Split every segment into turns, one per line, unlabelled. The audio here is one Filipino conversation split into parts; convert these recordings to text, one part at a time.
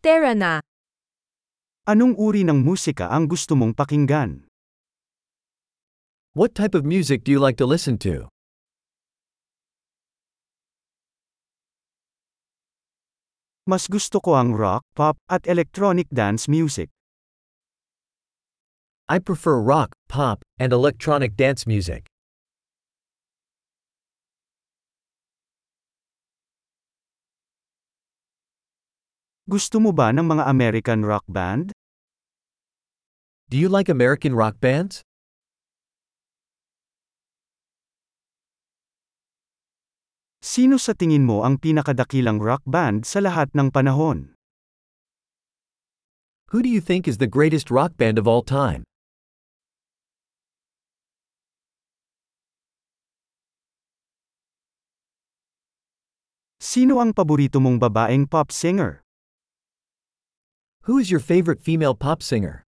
Tara na.
Anong uri ng musika ang gusto mong pakinggan?
What type of music do you like to listen to?
Mas gusto ko ang rock, pop, at electronic dance music.
I prefer rock, pop, and electronic dance music.
Gusto mo ba ng mga American rock band?
Do you like American rock bands?
Sino sa tingin mo ang pinakadakilang rock band sa lahat ng panahon?
Who do you think is the greatest rock band of all time?
Sino ang paborito mong babaeng pop singer?
Who is your favorite female pop singer?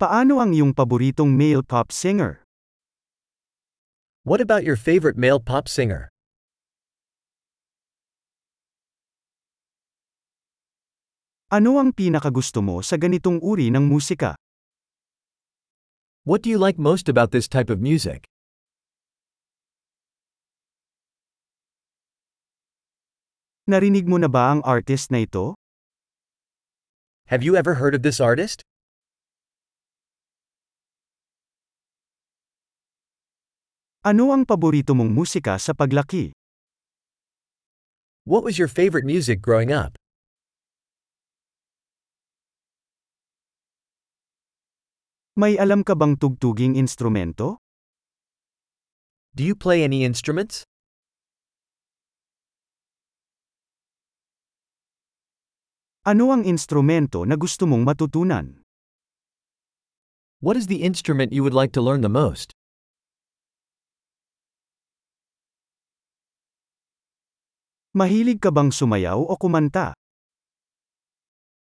Paano ang iyong paboritong male pop singer?
What about your favorite male pop singer?
Ano ang pinakagusto mo sa ganitong uri ng musika?
What do you like most about this type of music?
Narinig mo na ba ang artist na ito?
Have you ever heard of this artist?
Ano ang paborito mong musika sa paglaki?
What was your favorite music growing up?
May alam ka bang tugtuging instrumento?
Do you play any instruments?
Ano ang instrumento na gusto mong matutunan?
What is the instrument you would like to learn the most?
Mahilig ka bang sumayaw o kumanta?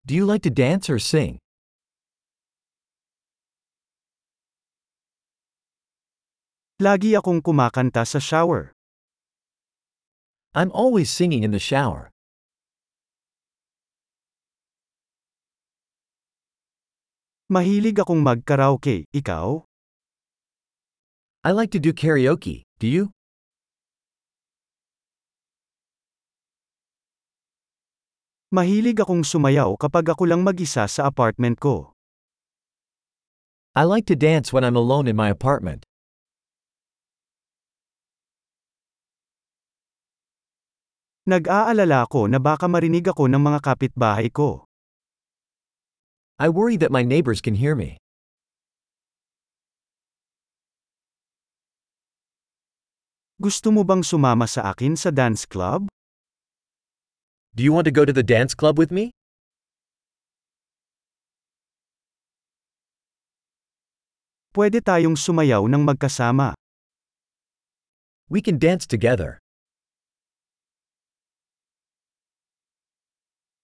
Do you like to dance or sing?
Lagi akong kumakanta sa shower.
I'm always singing in the shower.
Mahilig akong mag-karaoke, ikaw?
I like to do karaoke, do you?
Mahilig akong sumayaw kapag ako lang mag-isa sa apartment ko.
I like to dance when I'm alone in my apartment.
Nag-aalala ako na baka marinig ako ng mga kapitbahay ko.
I worry that my neighbors can hear me.
Gusto mo bang sumama sa akin sa dance club?
Do you want to go to the dance club with me?
Pwede tayong sumayaw ng magkasama.
We can dance together.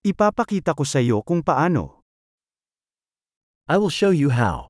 Ipapakita ko sa iyo kung paano.
I will show you how.